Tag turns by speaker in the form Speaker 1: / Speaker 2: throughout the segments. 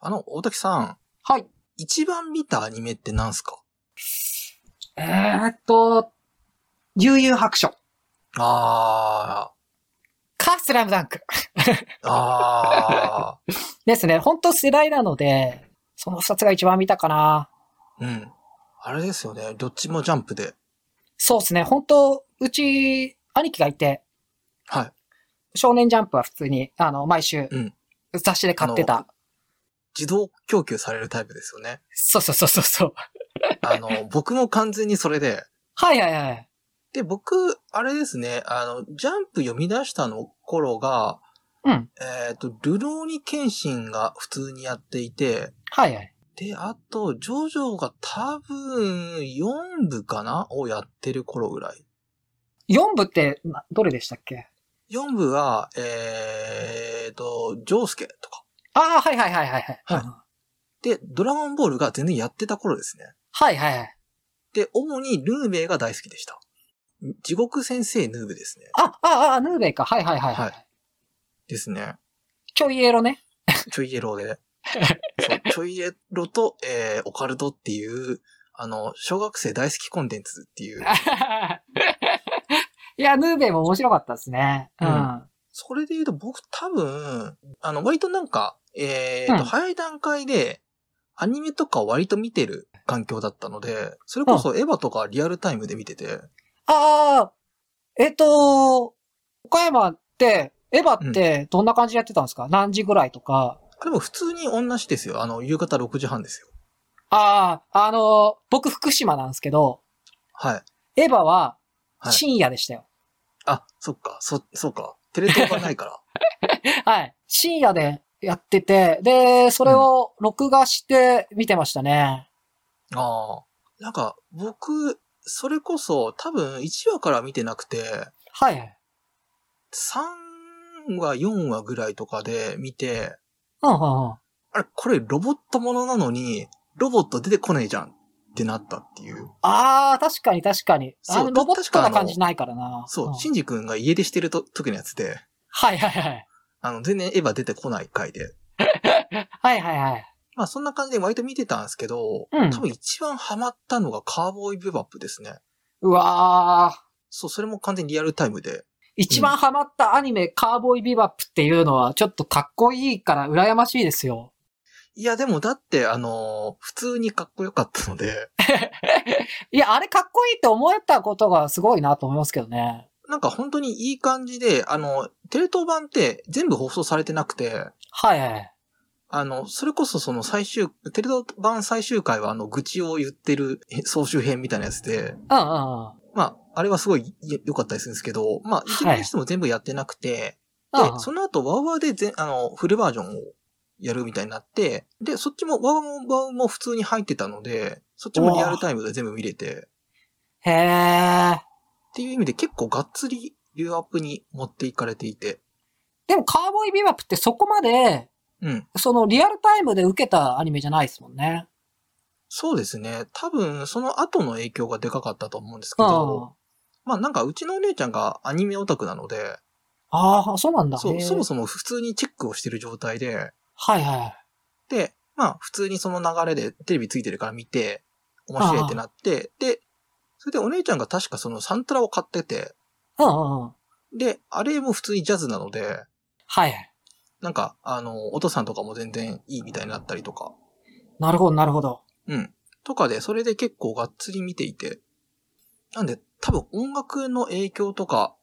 Speaker 1: あの、大滝さん、
Speaker 2: はい。
Speaker 1: 一番見たアニメって何すか
Speaker 2: えーっと、悠々白書。
Speaker 1: あ
Speaker 2: か、スラムダンク。
Speaker 1: ー、あ
Speaker 2: ですね。ほんと世代なので、その二つが一番見たかな。
Speaker 1: ー、うん。あれですよね。どっちもジャンプで。
Speaker 2: そうですね。本当うち、兄貴がいて、
Speaker 1: はい。
Speaker 2: 少年ジャンプは普通に、あの、毎週
Speaker 1: うん、
Speaker 2: 雑誌で買ってた。
Speaker 1: あ自動供給されるタイプですよね。
Speaker 2: そうそうそうそうそう。
Speaker 1: あの、僕も完全にそれで。
Speaker 2: はいはいはい。
Speaker 1: で、僕、あれですね。あの、ジャンプ読み出したの頃が、
Speaker 2: うん。
Speaker 1: えっ、と、ルローニケンシンが普通にやっていて、
Speaker 2: はいはい。
Speaker 1: で、あと、ジョジョが多分4部かなをやってる頃ぐらい。
Speaker 2: 4部って、などれでしたっけ
Speaker 1: 4部は、えーと、ジョースケとか。
Speaker 2: ああ、はいはいはいはい。はい、うん
Speaker 1: で、ドラゴンボールが全然やってた頃ですね。
Speaker 2: はいはいはい。
Speaker 1: で、主にルーベイが大好きでした。地獄先生ヌーブですね。
Speaker 2: あ、あ、あ、ヌーベイか。はいはいはい。
Speaker 1: は
Speaker 2: はいい、
Speaker 1: ですね。
Speaker 2: ちょいエロね。
Speaker 1: ちょいエロ で。そうちょいエロと、えー、オカルトっていう、あの、小学生大好きコンテンツっていう。
Speaker 2: いや、ヌーベイも面白かったですね。うん。
Speaker 1: うん
Speaker 2: は
Speaker 1: それで言うと僕多分、あの、割となんか、えーと、
Speaker 2: うん
Speaker 1: 早い段階で、アニメとかを割と見てる環境だったので、それこそエヴァとかリアルタイムで見てて、
Speaker 2: あー、えっ、と、岡山って、エヴァってどんな感じでやってたんですか、何時ぐらいとか。
Speaker 1: あでも普通に同じですよ。あの、夕方6時半ですよ。
Speaker 2: ああ、あの僕福島なんですけど、
Speaker 1: はい。
Speaker 2: エヴァは
Speaker 1: はい
Speaker 2: 深夜でしたよ。
Speaker 1: あ、そっか、そ、そうか。テレ東がないから。
Speaker 2: はい。深夜でやってて、で、それを録画して見てましたね。
Speaker 1: ああ。なんか、僕、それこそ、多分1話から見てなくて、
Speaker 2: はい。
Speaker 1: 3話、4話ぐらいとかで見て、
Speaker 2: うんうんうん。
Speaker 1: あれ、これロボットものなのに、ロボット出てこねえじゃんってなったっていう。
Speaker 2: ああ、確かに確かに。
Speaker 1: そう
Speaker 2: あのロボット
Speaker 1: 確かあ
Speaker 2: な
Speaker 1: の
Speaker 2: 感じないからな。
Speaker 1: そう、
Speaker 2: ん
Speaker 1: シンジ君が家出してると時のやつで、
Speaker 2: はいはいはい。
Speaker 1: あの、全然エヴァ出てこない回で。
Speaker 2: はいはいはい。
Speaker 1: まあそんな感じで割と見てたんですけど、
Speaker 2: うん
Speaker 1: 多分一番ハマったのがカーボーイビバップですね。
Speaker 2: うわー。
Speaker 1: そう、それも完全にリアルタイムで。
Speaker 2: 一番ハマったアニメ、カーボーイビバップっていうのは、ちょっとかっこいいから羨ましいですよ。
Speaker 1: いや、でもだって、あのー普通にかっこよかったので、
Speaker 2: いや、あれかっこいいって思えたことがすごいなと思いますけどね。
Speaker 1: なんか本当にいい感じで、あの、テレ東版って全部放送されてなくて、
Speaker 2: はいはい。
Speaker 1: あの、それこそその最終、テレ東版最終回はあの、愚痴を言ってるえ総集編みたいなやつで、
Speaker 2: うんうんうん。
Speaker 1: まあ、あれはすごいよ良かったりするんですけど、まあ、いずれにしても全部やってなくて、
Speaker 2: うんうん
Speaker 1: で、その後、ワウワウで全、あの、フルバージョンをやるみたいになって、で、そっちも、ワウもワウも普通に入ってたので、そっちもリアルタイムで全部見れて、
Speaker 2: へー。
Speaker 1: っていう意味で結構がっつりビューアップに持っていかれていて。
Speaker 2: でも、カーボーイビバップってそこまで、
Speaker 1: うん。
Speaker 2: そのリアルタイムで受けたアニメじゃないですもんね。
Speaker 1: そうですね。多分、その後の影響がでかかったと思うんですけ
Speaker 2: うん。
Speaker 1: ど、
Speaker 2: あ
Speaker 1: まあなんかうちのお姉ちゃんがアニメオタクなので、
Speaker 2: あー、そうなんだ。
Speaker 1: そ
Speaker 2: へ
Speaker 1: う
Speaker 2: ー
Speaker 1: そもそも普通にチェックをしてる状態で、
Speaker 2: はいはい。
Speaker 1: で、まあ普通にその流れでテレビついてるから見て、面白いってなって、で、それでお姉ちゃんが確かそのサントラを買ってて、
Speaker 2: うんうんうん。
Speaker 1: で、あれも普通にジャズなので、
Speaker 2: はいはい。
Speaker 1: なんか、あの、お父さんとかも全然いいみたいになったりとか、
Speaker 2: なるほど、なるほど。
Speaker 1: うん。とかで、それで結構がっつり見ていて。なんで、多分音楽の影響とか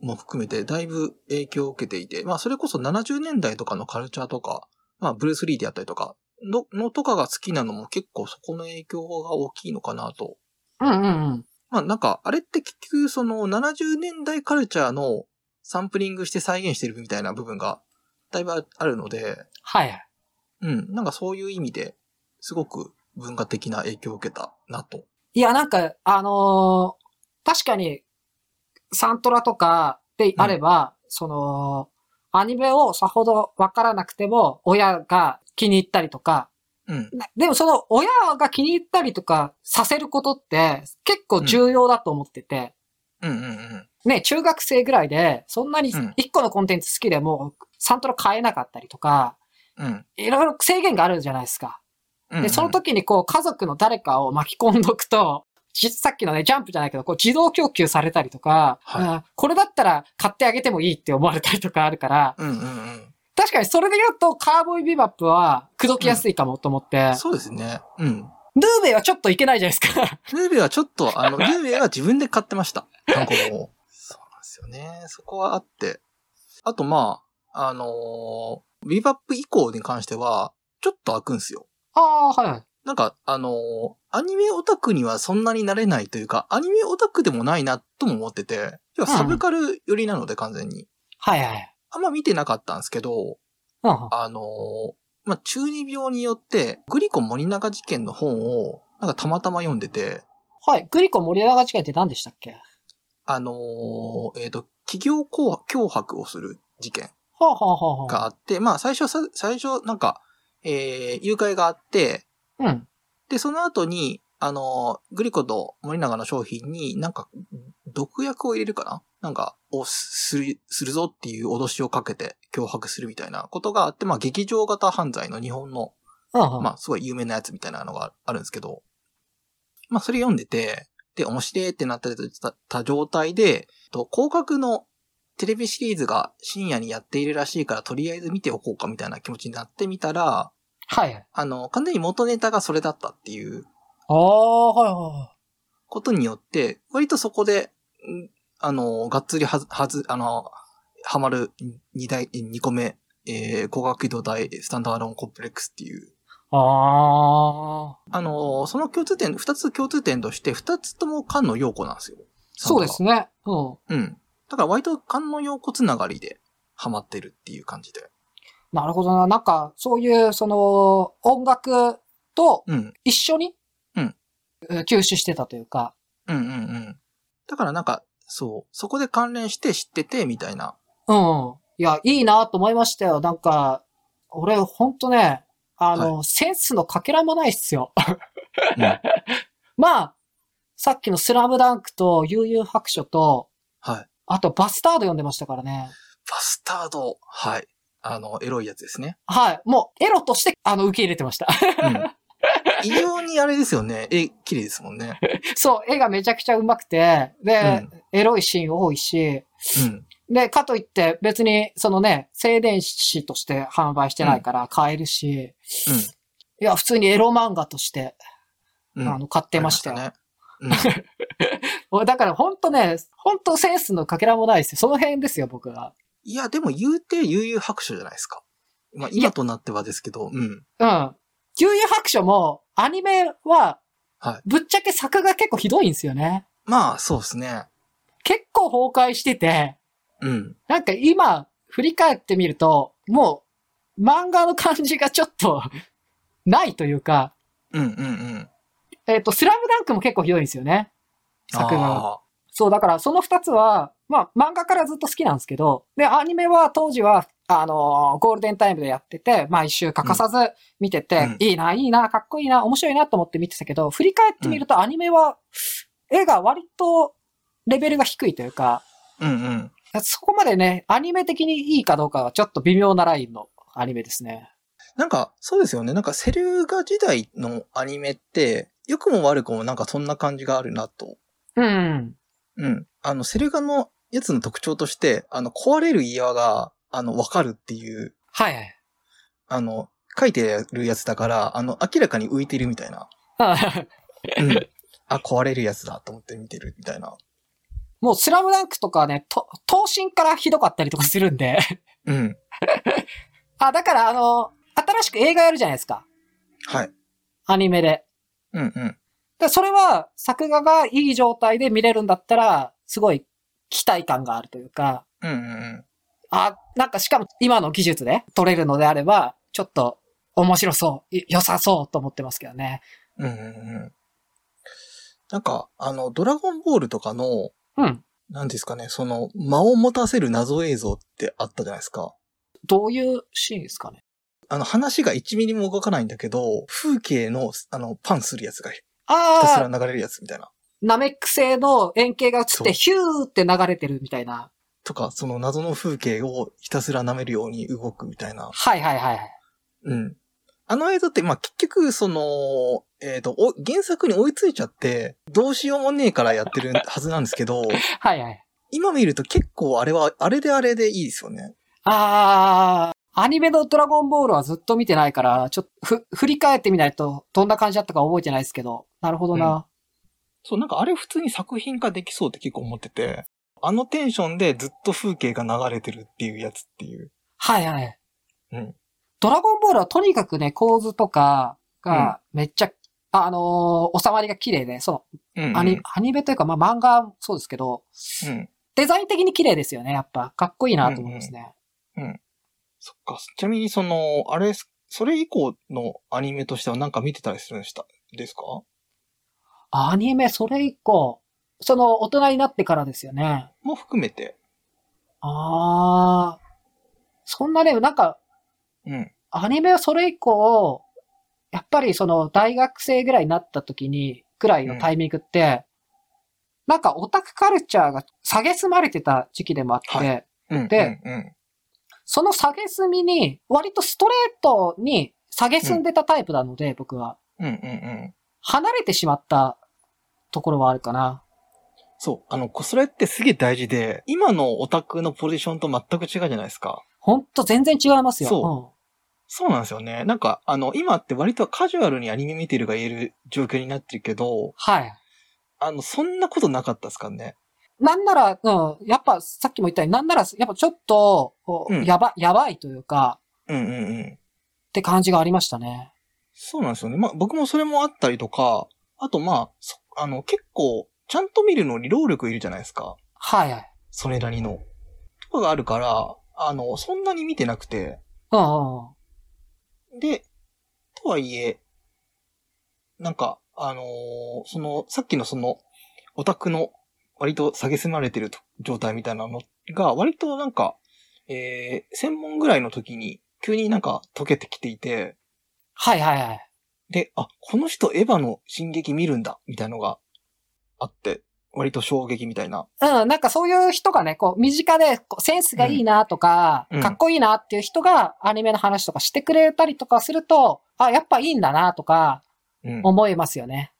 Speaker 1: も含めて、だいぶ影響を受けていて、まあ、それこそ70年代とかのカルチャーとか、まあ、ブルース・リーであったりとか、の、のとかが好きなのも結構そこの影響が大きいのかなと。
Speaker 2: うんうんうん。
Speaker 1: まあ、なんか、あれって結局、その70年代カルチャーのサンプリングして再現してるみたいな部分が、だいぶああるので、
Speaker 2: はいはい。
Speaker 1: うん、なんかそういう意味ですごく文化的な影響を受けたなと。
Speaker 2: いや、なんか、あのー確かに、サントラとかであれば、その、アニメをさほどわからなくても、親が気に入ったりとか、
Speaker 1: うん。
Speaker 2: なでもその親が気に入ったりとかさせることって結構重要だと思ってて、
Speaker 1: うんうんうん。
Speaker 2: ね、中学生ぐらいで、そんなに
Speaker 1: うん
Speaker 2: 一個のコンテンツ好きでも、サントラ買えなかったりとか、
Speaker 1: うん。
Speaker 2: いろいろ制限があるじゃないですか。
Speaker 1: うん。
Speaker 2: で、その時にこう、家族の誰かを巻き込んどくと、じさっきのね、ジャンプじゃないけど、こう、自動供給されたりとか、
Speaker 1: はい
Speaker 2: あこれだったら買ってあげてもいいって思われたりとかあるから、
Speaker 1: うんうんうん。
Speaker 2: 確かにそれで言うと、カーボーイビバップは、口説きやすいかもと思って、
Speaker 1: そうですね。うん。
Speaker 2: ルーベイはちょっといけないじゃないですか。
Speaker 1: ルーベはちょっと、あの、ルーベは自分で買ってました。単行本を。そうなんですよね。そこはあって。あと、まあ、あのービバップ以降に関しては、ちょっと開くんですよ。
Speaker 2: ああ、はい。
Speaker 1: なんか、あのーアニメオタクにはそんなになれないというか、アニメオタクでもないなとも思ってて、要はサブカル寄りなので完全に。
Speaker 2: はいはい。
Speaker 1: あんま見てなかったんですけど、
Speaker 2: うんうん。
Speaker 1: あのーまあ、中二病によって、グリコ森永事件の本を、なんかたまたま読んでて、
Speaker 2: はい。グリコ森永事件って何でしたっけは
Speaker 1: あのーえっ、と、企業こう脅迫をする事件
Speaker 2: あはあはあはあ。
Speaker 1: があって、まあ最初さ、最初なんか、えー誘拐があって、
Speaker 2: うん。
Speaker 1: で、その後に、あのーグリコと森永の商品になんか、毒薬を入れるかななんか、をする、するぞっていう脅しをかけて脅迫するみたいなことがあって、まあ劇場型犯罪の日本の
Speaker 2: うんうん。
Speaker 1: まあ、すごい有名なやつみたいなのがあるんですけど、まあ、それ読んでて、で、面白いってなったりしたた状態で、と広角のテレビシリーズが深夜にやっているらしいから、とりあえず見ておこうかみたいな気持ちになってみたら、
Speaker 2: はいはい。
Speaker 1: あの、完全に元ネタがそれだったっていう
Speaker 2: ああ、はいはいはい。
Speaker 1: ことによって、割とそこで、んあの、がっつりはず、はず、あの、ハマる2代、2個目、えー、高学移動大スタンダードアロンコンプレックスっていう
Speaker 2: ああ。
Speaker 1: あのーその共通点、二つ共通点として、二つとも菅野陽子なんですよ。
Speaker 2: そうですね。うん。
Speaker 1: うん。だから割と菅野陽子つながりでハマってるっていう感じで。
Speaker 2: なるほどな。なんか、そういう、その、音楽と
Speaker 1: うん。
Speaker 2: 一緒に、
Speaker 1: うん
Speaker 2: えー。吸収してたというか。
Speaker 1: うんうんうん。だからなんか、そう、そこで関連して知ってて、みたいな。
Speaker 2: うん。いや、いいなと思いましたよ。なんか、俺、ほんとね、あの、センスのかけらもないっすよ。
Speaker 1: うん
Speaker 2: まあ、さっきのスラムダンクと悠々白書と、
Speaker 1: はい。
Speaker 2: あとバスタード読んでましたからね。
Speaker 1: バスタード。はい。あの、エロいやつですね。
Speaker 2: はい。もう、エロとして、あの、受け入れてました。
Speaker 1: うん。異様にあれですよね。え、綺麗ですもんね。
Speaker 2: そう、絵がめちゃくちゃうまくて、で、
Speaker 1: う
Speaker 2: エロいシーン多いし、
Speaker 1: うん。
Speaker 2: で、かといって別に、そのね、静電子として販売してないから買えるし、いや、普通にエロ漫画として、
Speaker 1: うん。うん。
Speaker 2: あの、買ってましたよ。
Speaker 1: ありましたね。
Speaker 2: 俺だから本当ね、本当センスのかけらもないですよ。その辺ですよ、僕は。
Speaker 1: うん。いや、でも言うて悠々白書じゃないですか。まあ、今となってはですけど、うん。
Speaker 2: うん。悠々白書も、アニメは
Speaker 1: はい、
Speaker 2: ぶっちゃけ作が結構ひどいんですよね。
Speaker 1: まあ、そうですね。
Speaker 2: 結構崩壊してて、
Speaker 1: うん。
Speaker 2: なんか今、振り返ってみると、もう、漫画の感じがちょっと、ないというか、
Speaker 1: うんうんうん。
Speaker 2: えっ、と、スラムダンクも結構ひどいんですよね。作画。
Speaker 1: あ
Speaker 2: そう、だからその二つは、まあ、漫画からずっと好きなんですけど、で、アニメは当時は、あのーゴールデンタイムでやってて、毎週欠かさず見てて、
Speaker 1: うん
Speaker 2: いいな、いいな、かっこいいな、面白いなと思って見てたけど、振り返ってみるとアニメは、絵が割とレベルが低いというか、
Speaker 1: ーうんうん。
Speaker 2: そこまでね、アニメ的にいいかどうかはちょっと微妙なラインのアニメですね。
Speaker 1: なんか、そうですよね。なんか、セルガ時代のアニメって、良くも悪くもなんかそんな感じがあるなと。
Speaker 2: うん。
Speaker 1: うん。あの、セルガのやつの特徴として、あの、壊れる岩が、あの、わかるっていう、
Speaker 2: はいはい。
Speaker 1: あの、書いてるやつだから、あの、明らかに浮いてるみたいな。うん。あ、壊れるやつだと思って見てるみたいな。
Speaker 2: もうスラムダンクとかはね、と、闘神からひどかったりとかするんで。
Speaker 1: うん。
Speaker 2: あ、だからあの、新しく映画やるじゃないですか。
Speaker 1: はい。
Speaker 2: アニメで。
Speaker 1: うんうん。
Speaker 2: でそれは作画がいい状態で見れるんだったら、すごい期待感があるというか、
Speaker 1: うんうん
Speaker 2: あ、なんかしかも今の技術で撮れるのであれば、ちょっと面白そう、い良さそうと思ってますけどね。
Speaker 1: うん。うんうんうん。なんか、あの、ドラゴンボールとかの、
Speaker 2: うん。
Speaker 1: なんですかね、その、間を持たせる謎映像ってあったじゃないですか。
Speaker 2: どういうシーンですかね。
Speaker 1: あの、話が1ミリも動かないんだけど、風景の、あの、パンするやつがひたすら
Speaker 2: ああ、
Speaker 1: 流れるやつみたいな。
Speaker 2: ナメック星の円形が映っ
Speaker 1: そう
Speaker 2: てヒューって流れてるみたいな。
Speaker 1: とか、その謎の風景をひたすら舐めるように動くみたいな。
Speaker 2: はいはいはいはい。
Speaker 1: うん。あの映像って、まあ、結局、その、えっ、と、お原作に追いついちゃって、どうしようもねえからやってるはずなんですけど、
Speaker 2: はいはい。
Speaker 1: 今見ると結構あれは、あれであれでいいですよね。
Speaker 2: あー、アニメのドラゴンボールはずっと見てないから、ちょっとふ、振り返ってみないと、どんな感じだったか覚えてないですけど、なるほどな。
Speaker 1: そう、なんかあれ普通に作品化できそうって結構思ってて、あのテンションでずっと風景が流れてるっていうやつっていう。
Speaker 2: はいはい。
Speaker 1: うん
Speaker 2: ドラゴンボールはとにかくね、構図とかがめっちゃ、あのー収まりが綺麗で、そ
Speaker 1: うん、
Speaker 2: のアニ、アニメというか、まあ漫画もそうですけど、
Speaker 1: うん。
Speaker 2: デザイン的に綺麗ですよね、やっぱ。かっこいいなと思いますね。
Speaker 1: そっか。ちなみにその、あれ、それ以降のアニメとしてはなんか見てたりするんでした、ですか
Speaker 2: アニメ、それ以降、その、大人になってからですよね。
Speaker 1: も含めて。
Speaker 2: あー。そんなね、なんか、
Speaker 1: うん。
Speaker 2: アニメはそれ以降、やっぱりその大学生ぐらいになった時に、ぐらいのタイミングって、なんかオタクカルチャーが下げすまれてた時期でもあって、
Speaker 1: はうん。
Speaker 2: で
Speaker 1: うん、うん。
Speaker 2: その下げすみに、割とストレートに下げすんでたタイプなので、僕は。
Speaker 1: うん、うん、うん。
Speaker 2: 離れてしまったところはあるかな。
Speaker 1: そう。あの、こそれってすげえ大事で、今のオタクのポジションと全く違うじゃないですか。
Speaker 2: ほんと全然違いますよ。
Speaker 1: そそうなんですよね。なんか、あの、今って割とカジュアルにアニメ見てるが言える状況になってるけど、
Speaker 2: うん。はい。
Speaker 1: あの、そんなことなかったですかね。
Speaker 2: なんなら、うん、やっぱさっきも言ったように、なんなら、やっぱちょっと、こう
Speaker 1: うん
Speaker 2: やば、やばいというか、
Speaker 1: うん、うん、うん。
Speaker 2: って感じがありましたね。
Speaker 1: そうなんですよね。まあ、僕もそれもあったりとか、あとまあ、そあの、結構、ちゃんと見るのに労力いるじゃないですか。
Speaker 2: はいはい。
Speaker 1: それなりの。とかがあるから、あの、そんなに見てなくて。
Speaker 2: うんうんうん。
Speaker 1: で、とはいえ、なんか、あのーその、さっきのその、オタクの割と下げすまれてると状態みたいなのが、割となんか、えー、専門ぐらいの時に、急になんか溶けてきていて、
Speaker 2: はいはいはい。
Speaker 1: で、あ、この人エヴァの進撃見るんだ、みたいのがあって、割と衝撃みたいな。
Speaker 2: うん、なんかそういう人がね、こう、身近でこうセンスがいいなとか、
Speaker 1: うん
Speaker 2: かっこいいなっていう人がアニメの話とかしてくれたりとかすると、あ、やっぱいいんだなとか
Speaker 1: うん。
Speaker 2: 思いますよね。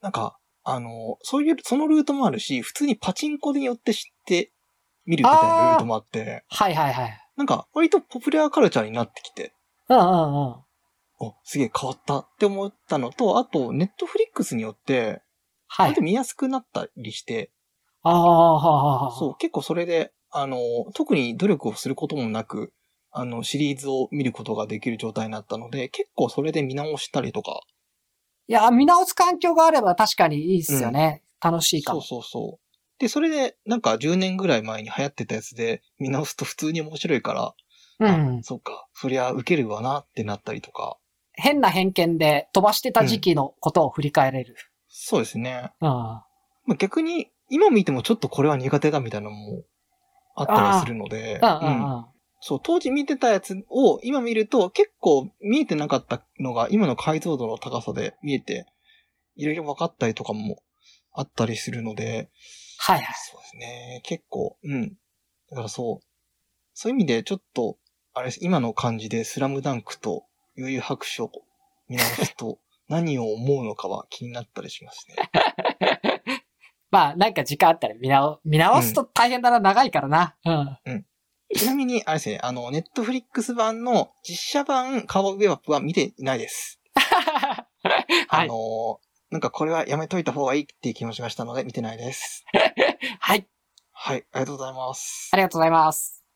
Speaker 1: なんか、あのーそういう、そのルートもあるし、普通にパチンコによって知って見るみたいなルートもあって、
Speaker 2: はいはいはい。
Speaker 1: なんか、割とポピュラーカルチャーになってきて、
Speaker 2: うんうんうん。
Speaker 1: お、すげえ変わったって思ったのと、あと、ネットフリックスによって、
Speaker 2: はい
Speaker 1: 割と。見やすくなったりして、
Speaker 2: ああ、はあはあはあ。
Speaker 1: そう、結構それで、あの、特に努力をすることもなく、あの、シリーズを見ることができる状態になったので、結構それで見直したりとか、
Speaker 2: いや、見直す環境があれば確かにいいっすよね。楽しいか
Speaker 1: そう
Speaker 2: も。
Speaker 1: そうそう。で、それで、なんか10年ぐらい前に流行ってたやつで、見直すと普通に面白いから、
Speaker 2: うん。
Speaker 1: そうか、そりゃ受けるわなってなったりとか、
Speaker 2: 変な偏見で飛ばしてた時期のことを振り返れる。
Speaker 1: そうですね。
Speaker 2: うん。
Speaker 1: まあ、逆に、今見てもちょっとこれは苦手だみたいなのもあったりするので、
Speaker 2: うんう
Speaker 1: うん
Speaker 2: んうん。
Speaker 1: そう、当時見てたやつを今見ると結構見えてなかったのが今の解像度の高さで見えて、いろいろ分かったりとかもあったりするので、
Speaker 2: はいはい。
Speaker 1: そうですね、結構、うん。だからそう、そういう意味でちょっと、あれです、今の感じでスラムダンクと悠々白書を見直すと何を思うのかは気になったりしますね。
Speaker 2: まあ、なんか時間あったら見直、見直すと大変だな、長いからな。 うん。
Speaker 1: ちなみに、あれですね、あの、ネットフリックス版の実写版カーボーイベバップは見ていないです。
Speaker 2: は
Speaker 1: あ
Speaker 2: い
Speaker 1: の。ーなんかこれはやめといた方がいいっていう気もしましたので、見てないです。
Speaker 2: はい。
Speaker 1: はい、ありがとうございます
Speaker 2: あ。りがとうございます。